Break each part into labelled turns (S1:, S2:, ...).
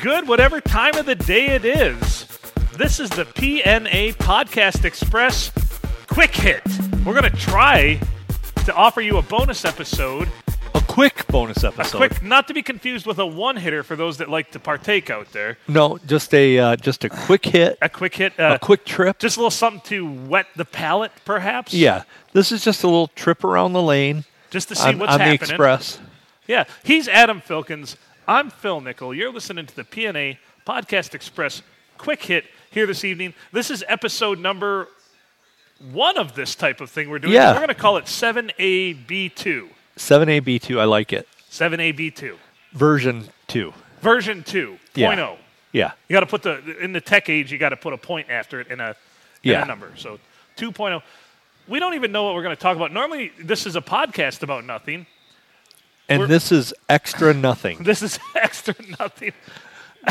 S1: good whatever time of the day it is. This is the PNA Podcast Express Quick Hit. We're going to try to offer you a bonus episode.
S2: A quick bonus
S1: A
S2: episode.
S1: quick, not to be confused with a one hitter for those that like to partake out there.
S2: no, just a uh, just a quick hit,
S1: A quick hit, uh,
S2: a quick trip.
S1: just a little something to wet the palate, perhaps.
S2: yeah, this is just a little trip around the lane
S1: Just to see
S2: on,
S1: what's
S2: on the
S1: happening.
S2: express.
S1: Yeah, he's Adam Filkins. I'm Phil Nickel. You're listening to the PNA Podcast Express Quick Hit here this evening. This is episode number one of this type of thing we're doing.
S2: Yeah.
S1: We're going to call it 7AB2.
S2: Seven AB two. I like it.
S1: 7AB2.
S2: Version two.
S1: Version 2.0.
S2: Yeah.
S1: oh.
S2: Yeah.
S1: You got to put the, in the tech age, you got to put a point after it and a, and
S2: Yeah.
S1: a number. So 2.0. We don't even know what we're going to talk about. Normally, this is a podcast about nothing.
S2: And this is extra nothing.
S1: This is extra nothing.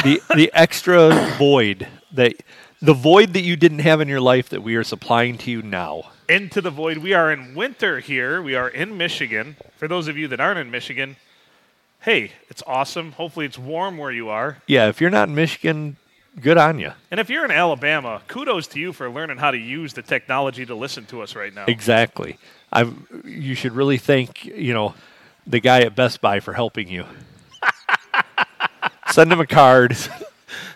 S2: the the extra void that the void that you didn't have in your life that we are supplying to you now.
S1: into the void. We are in winter here. We are in Michigan. For those of you that aren't in Michigan, hey, it's awesome. Hopefully, it's warm where you are.
S2: Yeah, if you're not in Michigan, good on you.
S1: And if you're in Alabama, kudos to you for learning how to use the technology to listen to us right now.
S2: Exactly. I you should really thank, you know, the guy at Best Buy for helping you. Send him a card.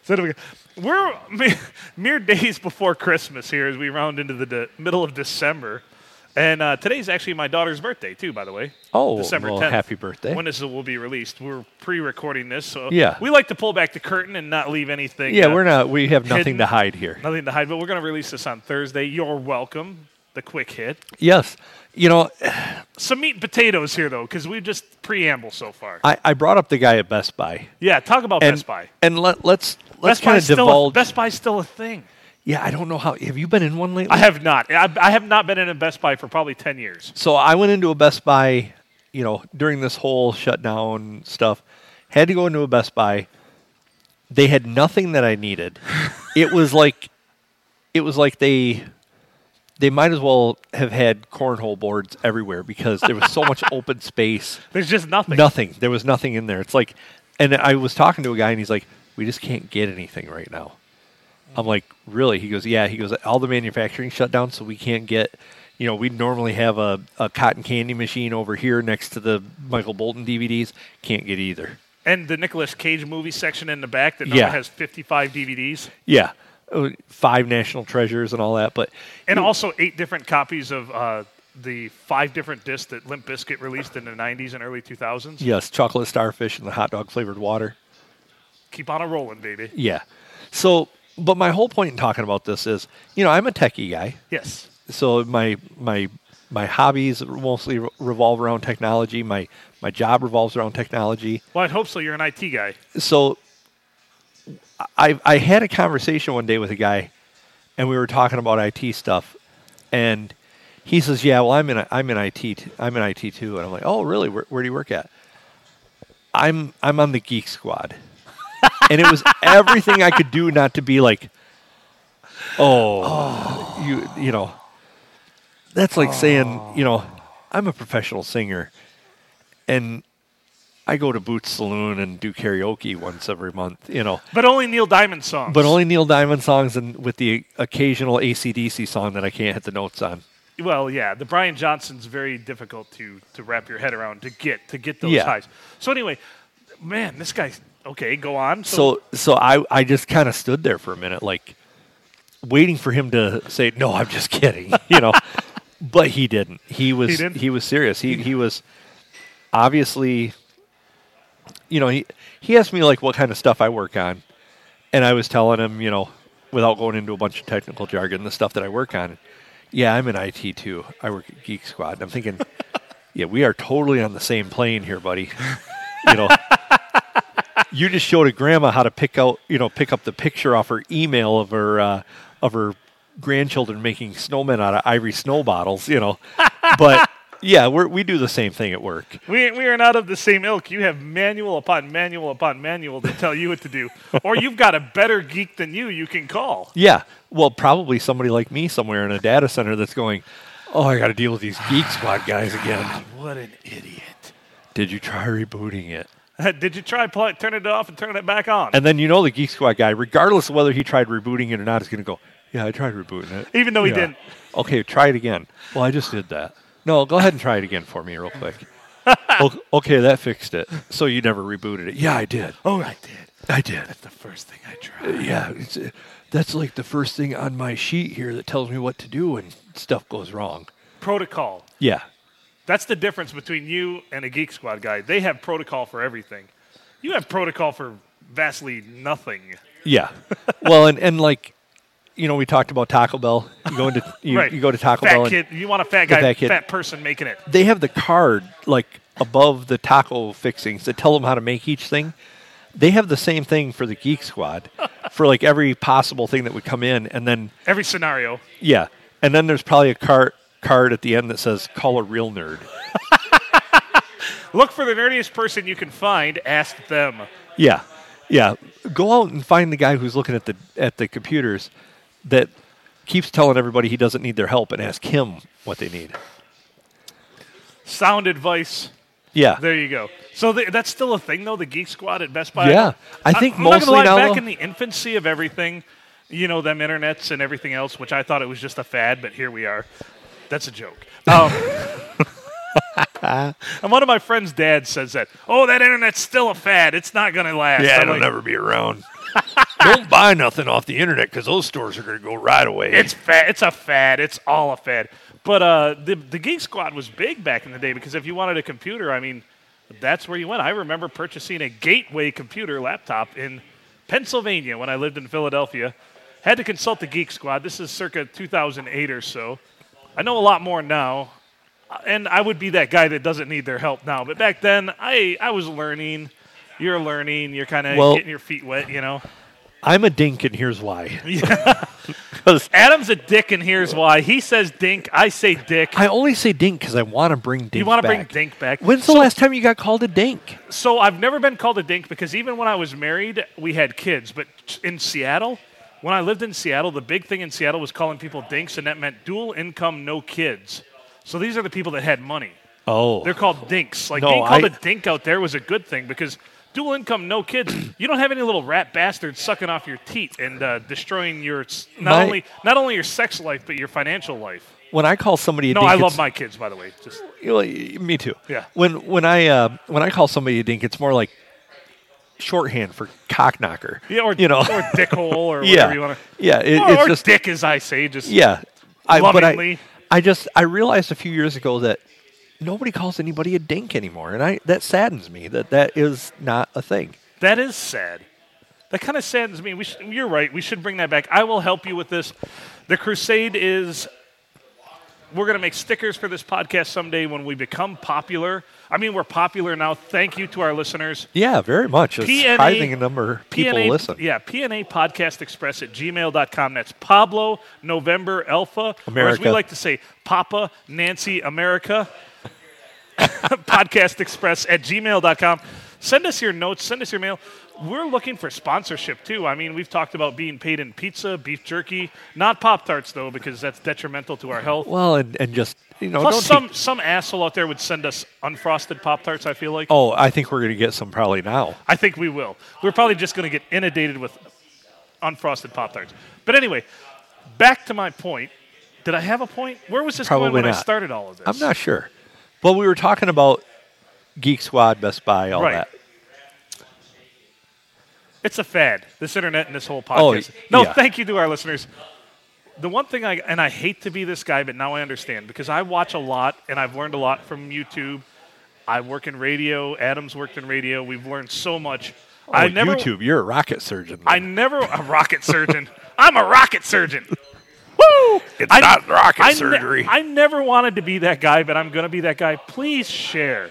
S1: So do we- We're mere, mere days before Christmas here as we round into the de- middle of December. And uh, today's actually my daughter's birthday, too, by the way.
S2: Oh,
S1: December
S2: well,
S1: 10th.
S2: happy birthday.
S1: When this will be released. We're pre recording this. So
S2: Yeah.
S1: we like to pull back the curtain and not leave anything.
S2: yeah,
S1: uh,
S2: we're not we have nothing
S1: hidden.
S2: to hide here.
S1: Nothing to hide, but we're going to release this on Thursday. You're welcome. The quick hit.
S2: Yes. You know,
S1: Some meat and potatoes here, though, because we've just preamble so far.
S2: I, I brought up the guy at Best Buy.
S1: yeah, talk about
S2: And
S1: Best Buy.
S2: And let let's let's
S1: Best
S2: kind
S1: Buy's still
S2: of
S1: a,
S2: divulge.
S1: Best Buy's still a thing.
S2: yeah, I don't know how have you been in one lately?
S1: I have not. I, I have not been in a Best Buy for probably ten years.
S2: So I went into a Best Buy, you know, during this whole shutdown stuff. Had to go into a Best Buy. They had nothing that I needed. it was like, it was like they, they might as well have had cornhole boards everywhere because there was so much open space.
S1: There's just nothing.
S2: Nothing. There was nothing in there. It's like, and I was talking to a guy and he's like, we just can't get anything right now. I'm like, really? He goes, yeah. He goes, all the manufacturing shut down, so we can't get, you know, we'd normally have a, a cotton candy machine over here next to the Michael Bolton DVDs. Can't get either.
S1: And the Nicolas Cage movie section in the back that now
S2: Yeah.
S1: has 55 DVDs
S2: Yeah. Uh, Five national treasures and all that. But
S1: and also eight different copies of uh, the five different discs that Limp Bizkit released in the 90s and early 2000s.
S2: yes, chocolate starfish and the hot dog flavored water.
S1: Keep on a rolling, baby.
S2: Yeah. So, but my whole point in talking about this is, you know, I'm a techie guy.
S1: Yes.
S2: so my my my hobbies mostly re- revolve around technology. My my job revolves around technology.
S1: Well, I'd hope so. You're an IT guy.
S2: So I I had a conversation one day with a guy, and we were talking about IT stuff, and he says, "Yeah, well, I'm in I'm in IT t- I'm in IT too," and I'm like, "Oh, really? Where, where do you work at?" I'm I'm on the Geek Squad, and it was everything I could do not to be like, "Oh, you you know." That's like saying, you know, I'm a professional singer, and I go to Boots Saloon and do karaoke once every month, you know.
S1: But only Neil Diamond songs.
S2: But only Neil Diamond songs and with the occasional ACDC song that I can't hit the notes on.
S1: well, yeah, the Brian Johnson's very difficult to to wrap your head around to get to get those
S2: Yeah.
S1: highs. So anyway, man, this guy. Okay, go on.
S2: So so I, I just kind of stood there for a minute, like waiting for him to say, No, I'm just kidding, you know. but he didn't. He was
S1: He
S2: he,
S1: didn't?
S2: was serious. He he was obviously you know, he he asked me like what kind of stuff I work on. and I was telling him, you know, without going into a bunch of technical jargon, the stuff that I work on. Yeah, I'm in IT too. I work at Geek Squad. And I'm thinking, yeah, we are totally on the same plane here, buddy. You know, you just showed a grandma how to pick out, you know, pick up the picture off her email of her uh, of her grandchildren making snowmen out of ivory snow bottles. You know, but yeah, we're, we do the same thing at work.
S1: we we are not of the same ilk. You have manual upon manual upon manual to tell you what to do, or you've got a better geek than you. You can call.
S2: Yeah. Well, probably somebody like me somewhere in a data center that's going, oh, I got to deal with these Geek Squad guys again.
S1: What an idiot!
S2: Did you try rebooting it?
S1: Uh, Did you try plug, turning it off and turning it back on?
S2: And then you know the Geek Squad guy, regardless of whether he tried rebooting it or not, is going to go, Yeah, I tried rebooting it.
S1: Even though he
S2: Yeah.
S1: didn't.
S2: Okay, try it again. Well, I just did that. No, go ahead and try it again for me, real quick. O- okay, that fixed it. So you never rebooted it. Yeah, I did.
S1: Oh, I did.
S2: I did.
S1: The first thing I tried.
S2: Yeah, it's, uh, that's like the first thing on my sheet here that tells me what to do when stuff goes wrong.
S1: Protocol.
S2: Yeah.
S1: That's the difference between you and a Geek Squad guy. They have protocol for everything. You have protocol for vastly nothing.
S2: Yeah. well, and, and like, you know, we talked about Taco Bell. You go into you,
S1: right.
S2: you go to Taco
S1: fat
S2: Bell. and
S1: Kid, you want a fat guy,
S2: fat kid.
S1: fat person making it.
S2: they have the card like above the taco fixings that tell them how to make each thing. They have the same thing for the Geek Squad for like every possible thing that would come in, and then
S1: Every scenario.
S2: yeah, and then there's probably a card card at the end that says "Call a real nerd."
S1: Look for the nerdiest person you can find. Ask them.
S2: Yeah, yeah. Go out and find the guy who's looking at the at the computers that keeps telling everybody he doesn't need their help, and ask him what they need.
S1: Sound advice.
S2: Yeah,
S1: There you go. So the, that's still a thing, though. The Geek Squad at Best Buy.
S2: Yeah. I think
S1: I'm not gonna
S2: mostly
S1: lie,
S2: now,
S1: back
S2: though-
S1: in the infancy of everything, you know, them internets and everything else, which I thought it was just a fad, but here we are. That's a joke. Um, and one of my friend's dad says that. Oh, that internet's still a fad. It's not gonna last. I'm like,
S2: ever be around. don't buy nothing off the internet because those stores are going to go right away.
S1: It's fad. It's a fad. It's all a fad. But uh, the the Geek Squad was big back in the day because if you wanted a computer, I mean, that's where you went. I remember purchasing a Gateway computer laptop in Pennsylvania when I lived in Philadelphia. Had to consult the Geek Squad. This is circa 2008 or so. I know a lot more now, uh, and I would be that guy that doesn't need their help now. But back then, I I was learning. You're learning. You're kind of
S2: Well-
S1: getting your feet wet, you know.
S2: I'm a dink, and here's why. Because
S1: Adam's a dick, and here's why. He says dink. I say dick.
S2: I only say dink because I want to bring dink.
S1: You want to bring
S2: back.
S1: dink back.
S2: When's the last time you got called a dink?
S1: So I've never been called a dink because even when I was married, we had kids. But in Seattle, when I lived in Seattle, the big thing in Seattle was calling people dinks, and that meant dual income, no kids. So these are the people that had money.
S2: Oh,
S1: They're called dinks. Like
S2: No,
S1: being called
S2: I-
S1: a dink out there was a good thing because dual income, no kids. you don't have any little rat bastards sucking off your teat and uh, destroying your s- not
S2: My-
S1: only not only your sex life but your financial life.
S2: when I call somebody a
S1: No,
S2: dink,
S1: I
S2: it's-
S1: love my kids, by the way. Just
S2: you know, y- me too.
S1: Yeah.
S2: When when I uh, when I call somebody a dink, it's more like shorthand for cock knocker.
S1: yeah, or
S2: you know,
S1: or dickhole, or whatever
S2: yeah,
S1: you want
S2: yeah. It,
S1: to, or,
S2: it's
S1: or
S2: just
S1: dick, as I say, just
S2: yeah. I, but I,
S1: Lovingly.
S2: I just I realized a few years ago that nobody calls anybody a dink anymore, and I that saddens me that that is not a thing.
S1: that is sad. That kind of saddens me. We sh- you're right. We should bring that back. I will help you with this. The crusade is we're going to make stickers for this podcast someday when we become popular. I mean, we're popular now. Thank you to our listeners.
S2: Yeah, very much. It's
S1: PNA
S2: surprising a number of people
S1: PNA,
S2: listen.
S1: Yeah, PNA Podcast Express at gmail.com. That's Pablo November Alpha. Or as we
S2: America.
S1: like to say, Papa Nancy America. Podcast Express at gmail.com. Send us your notes, send us your mail. We're looking for sponsorship too. I mean, we've talked about being paid in pizza, beef jerky, not Pop Tarts though, because that's detrimental to our health.
S2: Well, and, and just you know,
S1: Plus,
S2: don't
S1: some,
S2: Think,
S1: some asshole out there would send us unfrosted Pop Tarts, I feel like.
S2: oh, I think we're gonna get some probably now.
S1: I think we will. We're probably just going to get inundated with unfrosted Pop Tarts. But anyway, back to my point. Did I have a point? Where was this
S2: Probably
S1: going when I
S2: not.
S1: started all of this?
S2: I'm not sure, but we were talking about Geek Squad, Best Buy, all
S1: Right.
S2: that.
S1: It's a fad, this internet and this whole
S2: Oh,
S1: podcast. no,
S2: yeah.
S1: thank you to our listeners. The one thing I, and I hate to be this guy, but now I understand because I watch a lot and I've learned a lot from YouTube. I work in radio. Adam's worked in radio. We've learned so much. I
S2: Oh,
S1: never,
S2: YouTube, you're a rocket surgeon.
S1: I never, a rocket surgeon. I'm a rocket surgeon.
S2: Woo! It's
S1: I-
S2: not rocket
S1: I ne-
S2: surgery.
S1: I never wanted to be that guy, but I'm going to be that guy. Please share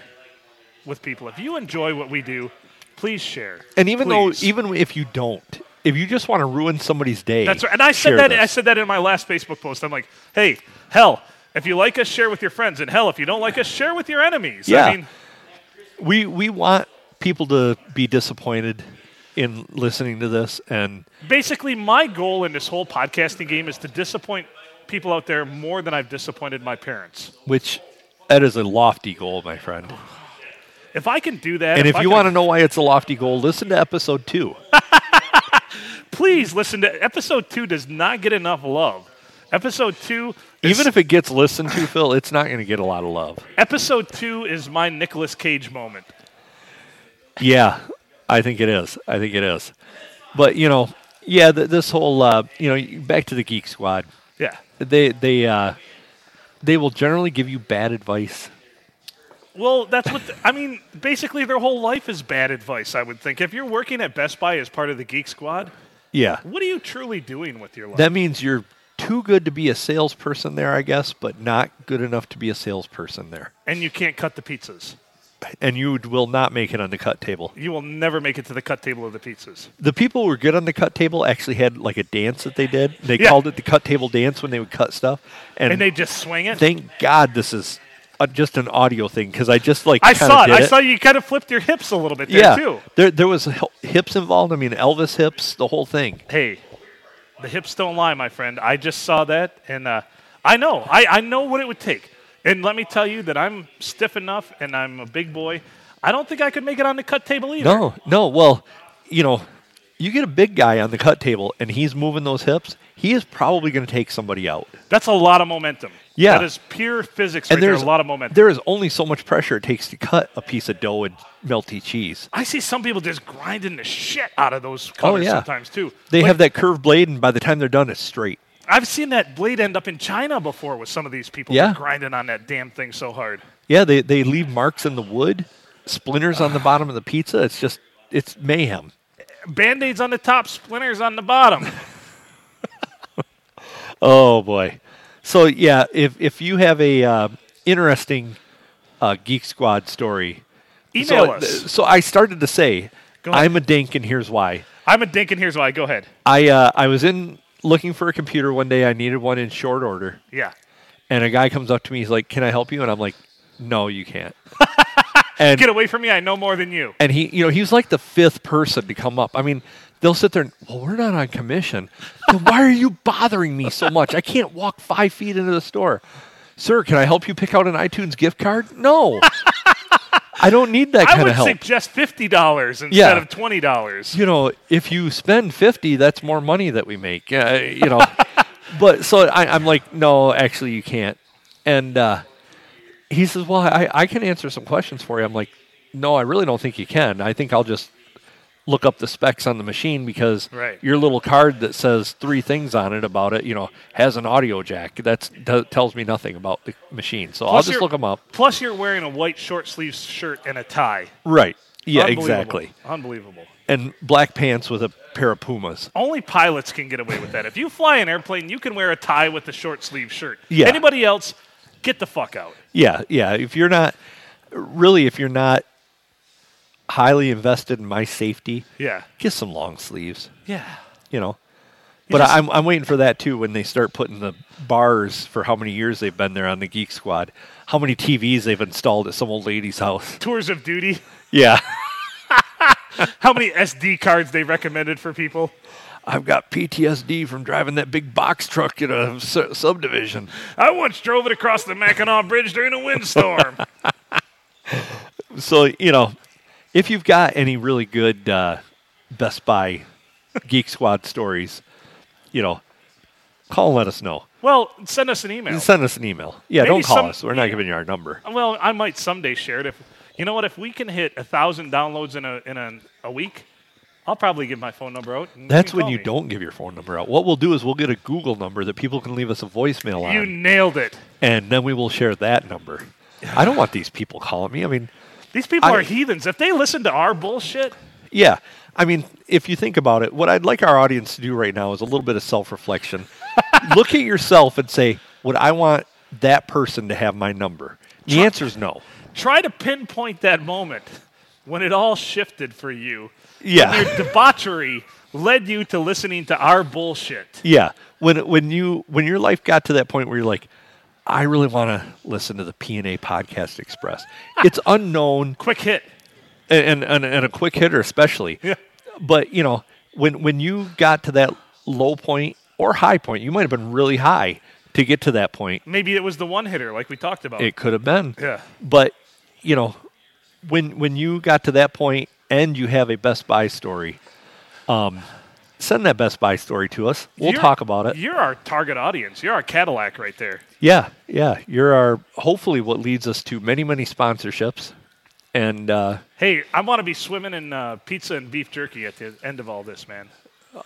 S1: with people. If you enjoy what we do, please share.
S2: and even
S1: Please.
S2: though, even if you don't, if you just want to ruin somebody's day,
S1: that's right. And I
S2: share
S1: said that. I
S2: this.
S1: said that in my last Facebook post. I'm like, hey, hell, if you like us, share with your friends, and hell, if you don't like us, share with your enemies.
S2: Yeah.
S1: I mean,
S2: we we want people to be disappointed in listening to this, and
S1: basically, my goal in this whole podcasting game is to disappoint people out there more than I've disappointed my parents.
S2: which that is a lofty goal, my friend.
S1: If I can do that,
S2: And if
S1: I
S2: you
S1: can-
S2: want to know why it's a lofty goal, listen to episode two.
S1: please listen to episode two. Does not get enough love. Episode two, is-
S2: Even if it gets listened to, Phil, it's not going to get a lot of love.
S1: episode two is my Nicolas Cage moment.
S2: Yeah, I think it is. I think it is. But you know, yeah, th- this whole uh, you know back to the Geek Squad.
S1: Yeah.
S2: They they uh, they will generally give you bad advice.
S1: Well, that's what the, I mean. Basically, their whole life is bad advice. I would think if you're working at Best Buy as part of the Geek Squad,
S2: Yeah,
S1: what are you truly doing with your life?
S2: that means you're too good to be a salesperson there, I guess, but not good enough to be a salesperson there,
S1: and you can't cut the pizzas.
S2: and you will not make it on the cut table.
S1: You will never make it to the cut table of the pizzas.
S2: The people who were good on the cut table actually had like a dance that they did. They
S1: Yeah.
S2: called it the cut table dance when they would cut stuff, and,
S1: And they just swing it.
S2: thank God this is uh just an audio thing because I just like
S1: I
S2: kinda
S1: saw it.
S2: did
S1: I saw you kind of flipped your hips a little bit there
S2: yeah,
S1: too.
S2: there there was hi- hips involved. I mean, Elvis hips, the whole thing.
S1: Hey, the hips don't lie, my friend. I just saw that, and uh, I know. I, I know what it would take. And let me tell you that I'm stiff enough, and I'm a big boy. I don't think I could make it on the cut table either.
S2: No, no. Well, you know, you get a big guy on the cut table and he's moving those hips. He is probably going to take somebody out.
S1: That's a lot of momentum.
S2: Yeah.
S1: That is pure physics right
S2: And
S1: there. A
S2: there's
S1: lot of momentum.
S2: There is only so much pressure it takes to cut a piece of dough and melty cheese.
S1: I see some people just grinding the shit out of those colors
S2: Oh, yeah.
S1: sometimes too.
S2: They
S1: Like,
S2: have that curved blade, and by the time they're done, it's straight.
S1: I've seen that blade end up in China before with some of these people
S2: Yeah.
S1: They're grinding on that damn thing so hard.
S2: Yeah, they they leave marks in the wood, splinters on the bottom of the pizza. It's just it's mayhem.
S1: Band-aids on the top, splinters on the bottom.
S2: Oh boy. So yeah, if if you have a uh, interesting uh, Geek Squad story,
S1: Email
S2: so,
S1: us.
S2: so I started to say
S1: Go ahead.
S2: I'm a dink, and here's why.
S1: I'm a dink and here's why. Go ahead.
S2: I uh, I was in looking for a computer one day. I needed one in short order,
S1: Yeah.
S2: and a guy comes up to me. He's like, "Can I help you?" And I'm like, "No, you can't." and
S1: Get away from me. I know more than you.
S2: and he you know he was like the fifth person to come up. I mean. They'll sit there and, well, we're not on commission. Then why are you bothering me so much? I can't walk five feet into the store. Sir, can I help you pick out an iTunes gift card? No. I don't need that
S1: I
S2: kind
S1: would
S2: of help.
S1: suggest fifty dollars instead
S2: Yeah.
S1: of twenty dollars.
S2: you know, if you spend 50, that's more money that we make, uh, you know. but so I, I'm like, no, actually, you can't. And uh, he says, well, I, I can answer some questions for you. I'm like, no, I really don't think you can. I think I'll just look up the specs on the machine because
S1: Right.
S2: your little card that says three things on it about it, you know, has an audio jack. That tells me nothing about the machine. So I'll just
S1: you're-
S2: look them up.
S1: Plus, you're wearing a white short sleeve shirt and a tie.
S2: Right. Yeah,
S1: Unbelievable.
S2: exactly.
S1: Unbelievable.
S2: And black pants with a pair of Pumas.
S1: Only pilots can get away with that. If you fly an airplane, you can wear a tie with a short sleeve shirt.
S2: Yeah.
S1: Anybody else, get the fuck out.
S2: Yeah, yeah. If you're not really, if you're not highly invested in my safety,
S1: Yeah.
S2: get some long sleeves.
S1: Yeah.
S2: You know. But
S1: just-
S2: I'm I'm waiting for that too when they start putting the bars for how many years they've been there on the Geek Squad, how many TVs they've installed at some old lady's house.
S1: Tours of duty.
S2: Yeah,
S1: How many SD cards they recommended for people?
S2: I've got PTSD from driving that big box truck in a su- subdivision.
S1: I once drove it across the Mackinac Bridge during a windstorm.
S2: So you know, if you've got any really good uh, Best Buy Geek Squad stories, you know, call and let us know.
S1: well, send us an email.
S2: Send us an email. Yeah,
S1: Maybe
S2: don't call
S1: some-
S2: us. We're not giving you our number.
S1: Well, I might someday share it if you know what. If we can hit a thousand downloads in a in a, a week, I'll probably give my phone number out. and
S2: That's
S1: can
S2: when
S1: call
S2: you
S1: me.
S2: don't give your phone number out. What we'll do is we'll get a Google number that people can leave us a voicemail
S1: You
S2: on,
S1: nailed it.
S2: and then we will share that number. I don't want these people calling me. I mean,
S1: These people
S2: I-
S1: are heathens. If they listen to our bullshit,
S2: Yeah. I mean, if you think about it, what I'd like our audience to do right now is a little bit of self reflection. Look at yourself and say, would I want that person to have my number? The answer is no.
S1: try to pinpoint that moment when it all shifted for you. When
S2: Yeah.
S1: your debauchery led you to listening to our bullshit.
S2: Yeah. When, when, you, when your life got to that point where you're like, I really want to listen to the PNA Podcast Express, it's unknown
S1: Quick hit.
S2: and, and, and a quick hitter, especially.
S1: Yeah.
S2: But, you know, when, when you got to that low point or high point, you might have been really high to get to that point.
S1: Maybe it was the one hitter, like we talked about.
S2: It could have been.
S1: Yeah.
S2: But, you know, when when you got to that point and you have a Best Buy story, um, send that Best Buy story to us. We'll
S1: You're-
S2: talk about it.
S1: You're our target audience. You're our Cadillac right there.
S2: Yeah, yeah. You're our hopefully what leads us to many many sponsorships, and uh,
S1: Hey, I want to be swimming in uh, pizza and beef jerky at the end of all this, man.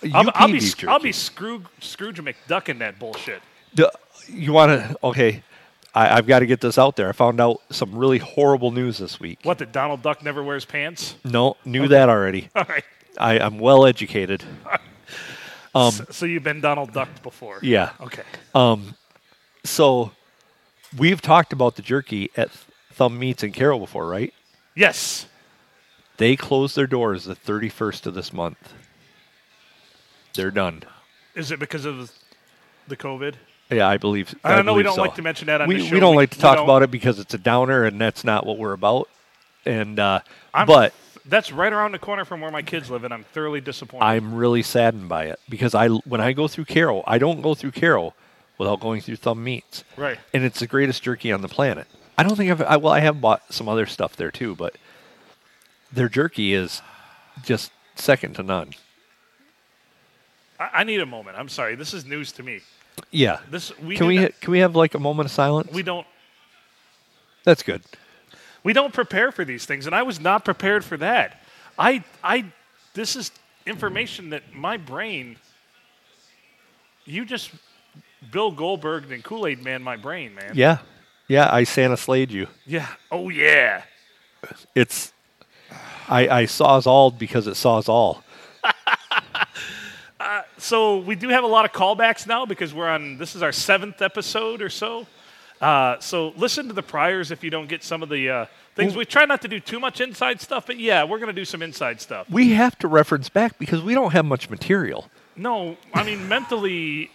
S2: you
S1: I'll, I'll
S2: pee
S1: be
S2: beef
S1: sc- I'll
S2: jerky.
S1: be Scrooge Scrooge McDucking that bullshit.
S2: Do- you want to? Okay, I, I've got to get this out there. I found out some really horrible news this week.
S1: What? That Donald Duck never wears pants?
S2: No, knew that already.
S1: All right.
S2: I, I'm well educated.
S1: So, so you've been Donald Ducked before?
S2: Um, Yeah.
S1: Okay.
S2: So we've talked about the jerky at Thumb Meats and Carroll before, right?
S1: Yes.
S2: They close their doors the 31st of this month. They're done.
S1: Is it because of the COVID?
S2: Yeah, I believe.
S1: I don't know. We don't
S2: believe so.
S1: like to mention that on
S2: we,
S1: this show.
S2: we don't like to talk
S1: don't.
S2: about it because it's a downer, and that's not what we're about. And uh,
S1: I'm-
S2: but
S1: That's right around the corner from where my kids live, and I'm thoroughly disappointed.
S2: I'm really saddened by it because I when I go through Carroll, I don't go through Carroll without going through Thumb Meats.
S1: Right.
S2: And it's the greatest jerky on the planet. I don't think I've I, well I have bought some other stuff there too, but their jerky is just second to none.
S1: I, I need a moment. I'm sorry. This is news to me.
S2: Yeah.
S1: This we
S2: can
S1: do
S2: we
S1: not-
S2: can we have like a moment of silence?
S1: we don't
S2: That's good.
S1: we don't prepare for these things, and I was not prepared for that. I I this is information that my brain. You just Bill Goldberg and Kool Aid Man, my brain man.
S2: Yeah. Yeah, I Santa slayed you.
S1: Yeah. Oh yeah.
S2: It's I I saw us all because it saw us all.
S1: So we do have a lot of callbacks now because we're on. This is our seventh episode or so. Uh, so listen to the priors if you don't get some of the uh, things. We try not to do too much inside stuff, but yeah, we're gonna do some inside stuff.
S2: We have to reference back because we don't have much material.
S1: No, I mean mentally,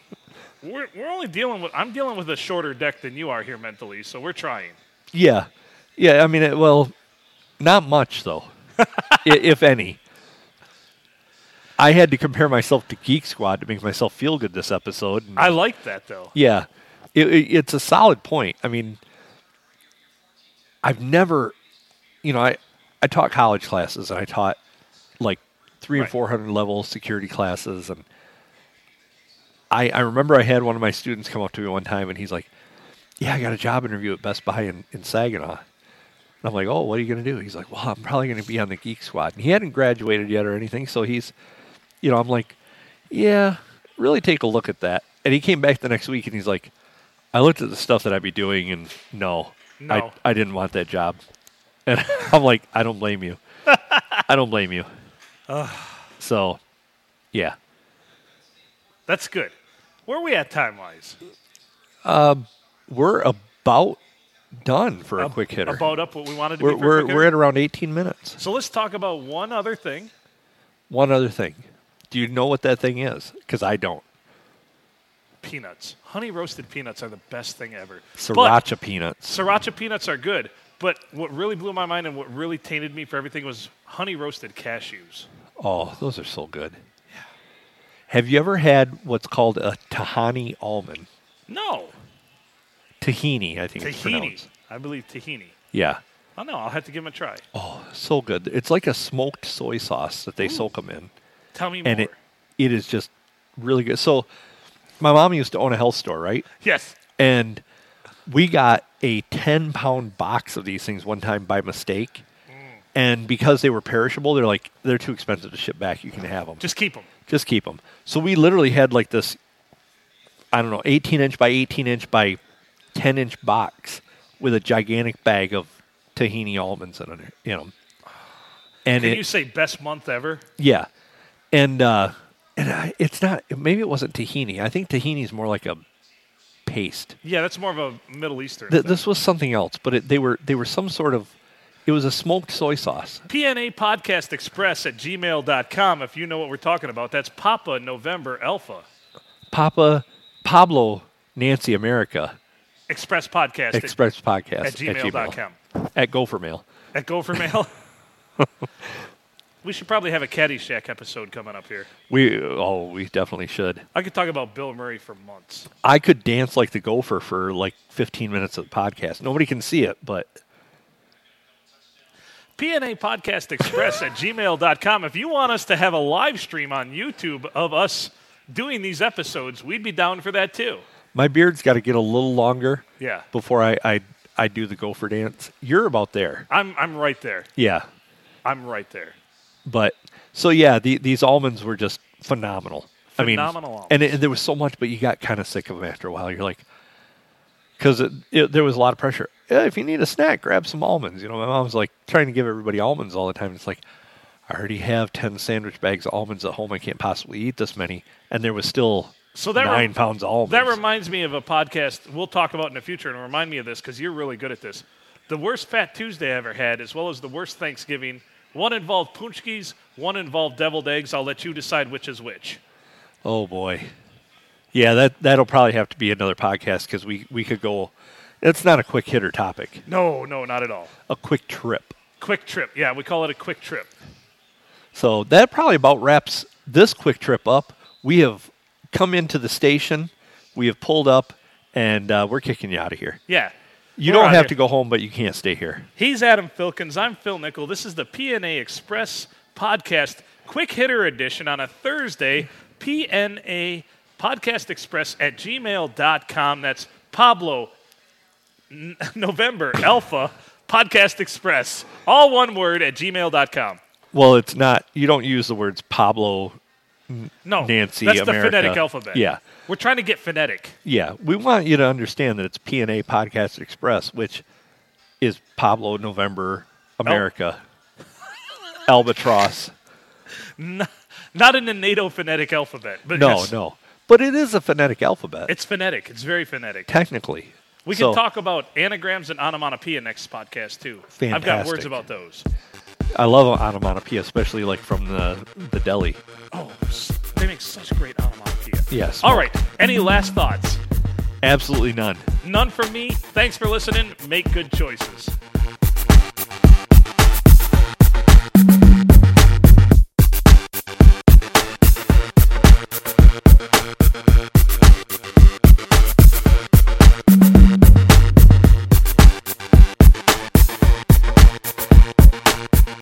S1: we're we're only dealing with. I'm dealing with a shorter deck than you are here mentally, so we're trying.
S2: Yeah, yeah. I mean, it, well, not much though, i- if any. I had to compare myself to Geek Squad to make myself feel good this episode. and-
S1: I like that though.
S2: yeah, it, it, it's a solid point. I mean, I've never, you know, I I taught college classes and I taught like three or
S1: Right.
S2: four hundred level security classes, and I I remember I had one of my students come up to me one time and he's like, "Yeah, I got a job interview at Best Buy in, in Saginaw." And I'm like, oh, what are you going to do? He's like, well, I'm probably going to be on the Geek Squad. And he hadn't graduated yet or anything. So he's, you know, I'm like, yeah, really take a look at that. And he came back the next week and he's like, I looked at the stuff that I'd be doing and no,
S1: No.
S2: I, I didn't want that job. And I'm like, I don't blame you. I don't blame you. so, yeah.
S1: That's good. Where are we at time wise?
S2: We're about done for a quick hitter.
S1: About up what we wanted to
S2: we're,
S1: be. for a
S2: we're,
S1: quick
S2: we're
S1: hitter?
S2: at around 18 minutes.
S1: so let's talk about one other thing.
S2: One other thing. Do you know what that thing is? Because I don't.
S1: Peanuts. Honey roasted peanuts are the best thing ever. But
S2: Sriracha peanuts.
S1: sriracha peanuts are good. But what really blew my mind and what really tainted me for everything was honey roasted cashews.
S2: Oh, those are so good. Have you ever had what's called a tahini almond?
S1: No.
S2: Tahini, I think it's
S1: Tahini.
S2: pronounced.
S1: I believe tahini.
S2: Yeah.
S1: Oh no, I'll have to give them a try.
S2: Oh, so good. It's like a smoked soy sauce that they soak 'em soak them in.
S1: Tell me
S2: And
S1: more.
S2: it, it is just really good. So, my mom used to own a health store, right?
S1: yes.
S2: And we got a 10 pound box of these things one time by mistake. And because they were perishable, they're like, they're too expensive to ship back. You can have them.
S1: Just keep them.
S2: just keep them. So we literally had like this, I don't know, 18 inch by 18 inch by 10 inch box with a gigantic bag of tahini almonds in it, in them. And
S1: Can
S2: it,
S1: you say best month ever?
S2: yeah, and uh, and I, it's not. Maybe it wasn't tahini. I think tahini is more like a paste.
S1: Yeah, that's more of a Middle Eastern.
S2: Th- this was something else, but it, they were they were some sort of. It was a smoked soy sauce.
S1: PNA Podcast Express at gmail.com if you know what we're talking about. That's Papa November Alpha.
S2: Papa Pablo Nancy America
S1: Express Podcast at-
S2: Express Podcast
S1: at, gmail.com.
S2: at Gopher Mail.
S1: At Go for Mail. we should probably have a Caddyshack episode coming up here.
S2: We oh, we definitely should.
S1: I could talk about Bill Murray for months.
S2: I could dance like the gopher for like 15 minutes of the podcast. Nobody can see it, but
S1: PNA Podcast Express at gmail.com. If you want us to have a live stream on YouTube of us doing these episodes, we'd be down for that too.
S2: My beard's got to get a little longer
S1: Yeah.
S2: before I, I I do the gopher dance. You're about there.
S1: I'm, I'm right there.
S2: Yeah,
S1: I'm right there.
S2: but so yeah, the, these almonds were just phenomenal.
S1: Phenomenal
S2: I mean,
S1: almonds.
S2: and, it, and there was so much, but you got kind of sick of them after a while. You're like, because it, it, there was a lot of pressure. "Yeah, if you need a snack, grab some almonds. You know, my mom's like trying to give everybody almonds all the time. It's like, I already have ten sandwich bags of almonds at home. I can't possibly eat this many. And there was still
S1: So that
S2: nine
S1: rem-
S2: pounds of almonds.
S1: That reminds me of a podcast we'll talk about in the future, and remind me of this because you're really good at this. The worst Fat Tuesday I ever had, as well as the worst Thanksgiving. One involved punchkis, one involved deviled eggs. I'll let you decide which is which.
S2: Oh boy, yeah that that'll probably have to be another podcast because we we could go. It's not a quick hitter topic.
S1: No, no, not at all.
S2: A quick trip.
S1: Quick trip. Yeah, we call it a quick trip.
S2: So that probably about wraps this quick trip up. We have come into the station, we have pulled up, and uh, we're kicking you out of here.
S1: Yeah.
S2: You
S1: We're
S2: don't
S1: outta
S2: have
S1: here.
S2: to go home, but you can't stay here.
S1: He's Adam Filkins. I'm Phil Nickel. This is the PNA Express podcast, quick hitter edition on a Thursday. PNA Podcast Express at gmail.com. That's Pablo N- November Alpha Podcast Express. All one word at gmail.com.
S2: Well, it's not. You don't use the words Pablo.
S1: No,
S2: Nancy,
S1: that's the
S2: America.
S1: phonetic alphabet.
S2: Yeah.
S1: We're trying to get phonetic.
S2: Yeah, we want you to understand that it's PNA Podcast Express, which is Pablo November America Albatross.
S1: Not in the NATO phonetic alphabet. But
S2: No,
S1: yes,
S2: no, but it is a phonetic alphabet.
S1: It's phonetic. It's very phonetic.
S2: technically.
S1: We
S2: So,
S1: can talk about anagrams and onomatopoeia next podcast too. I've got words
S2: Fantastic.
S1: about those.
S2: I love onomatopoeia, especially like from the the deli.
S1: Oh, s- they make such great onomatopoeia.
S2: Yes.
S1: All right. Any last thoughts?
S2: Absolutely none.
S1: None from me. Thanks for listening. Make good choices.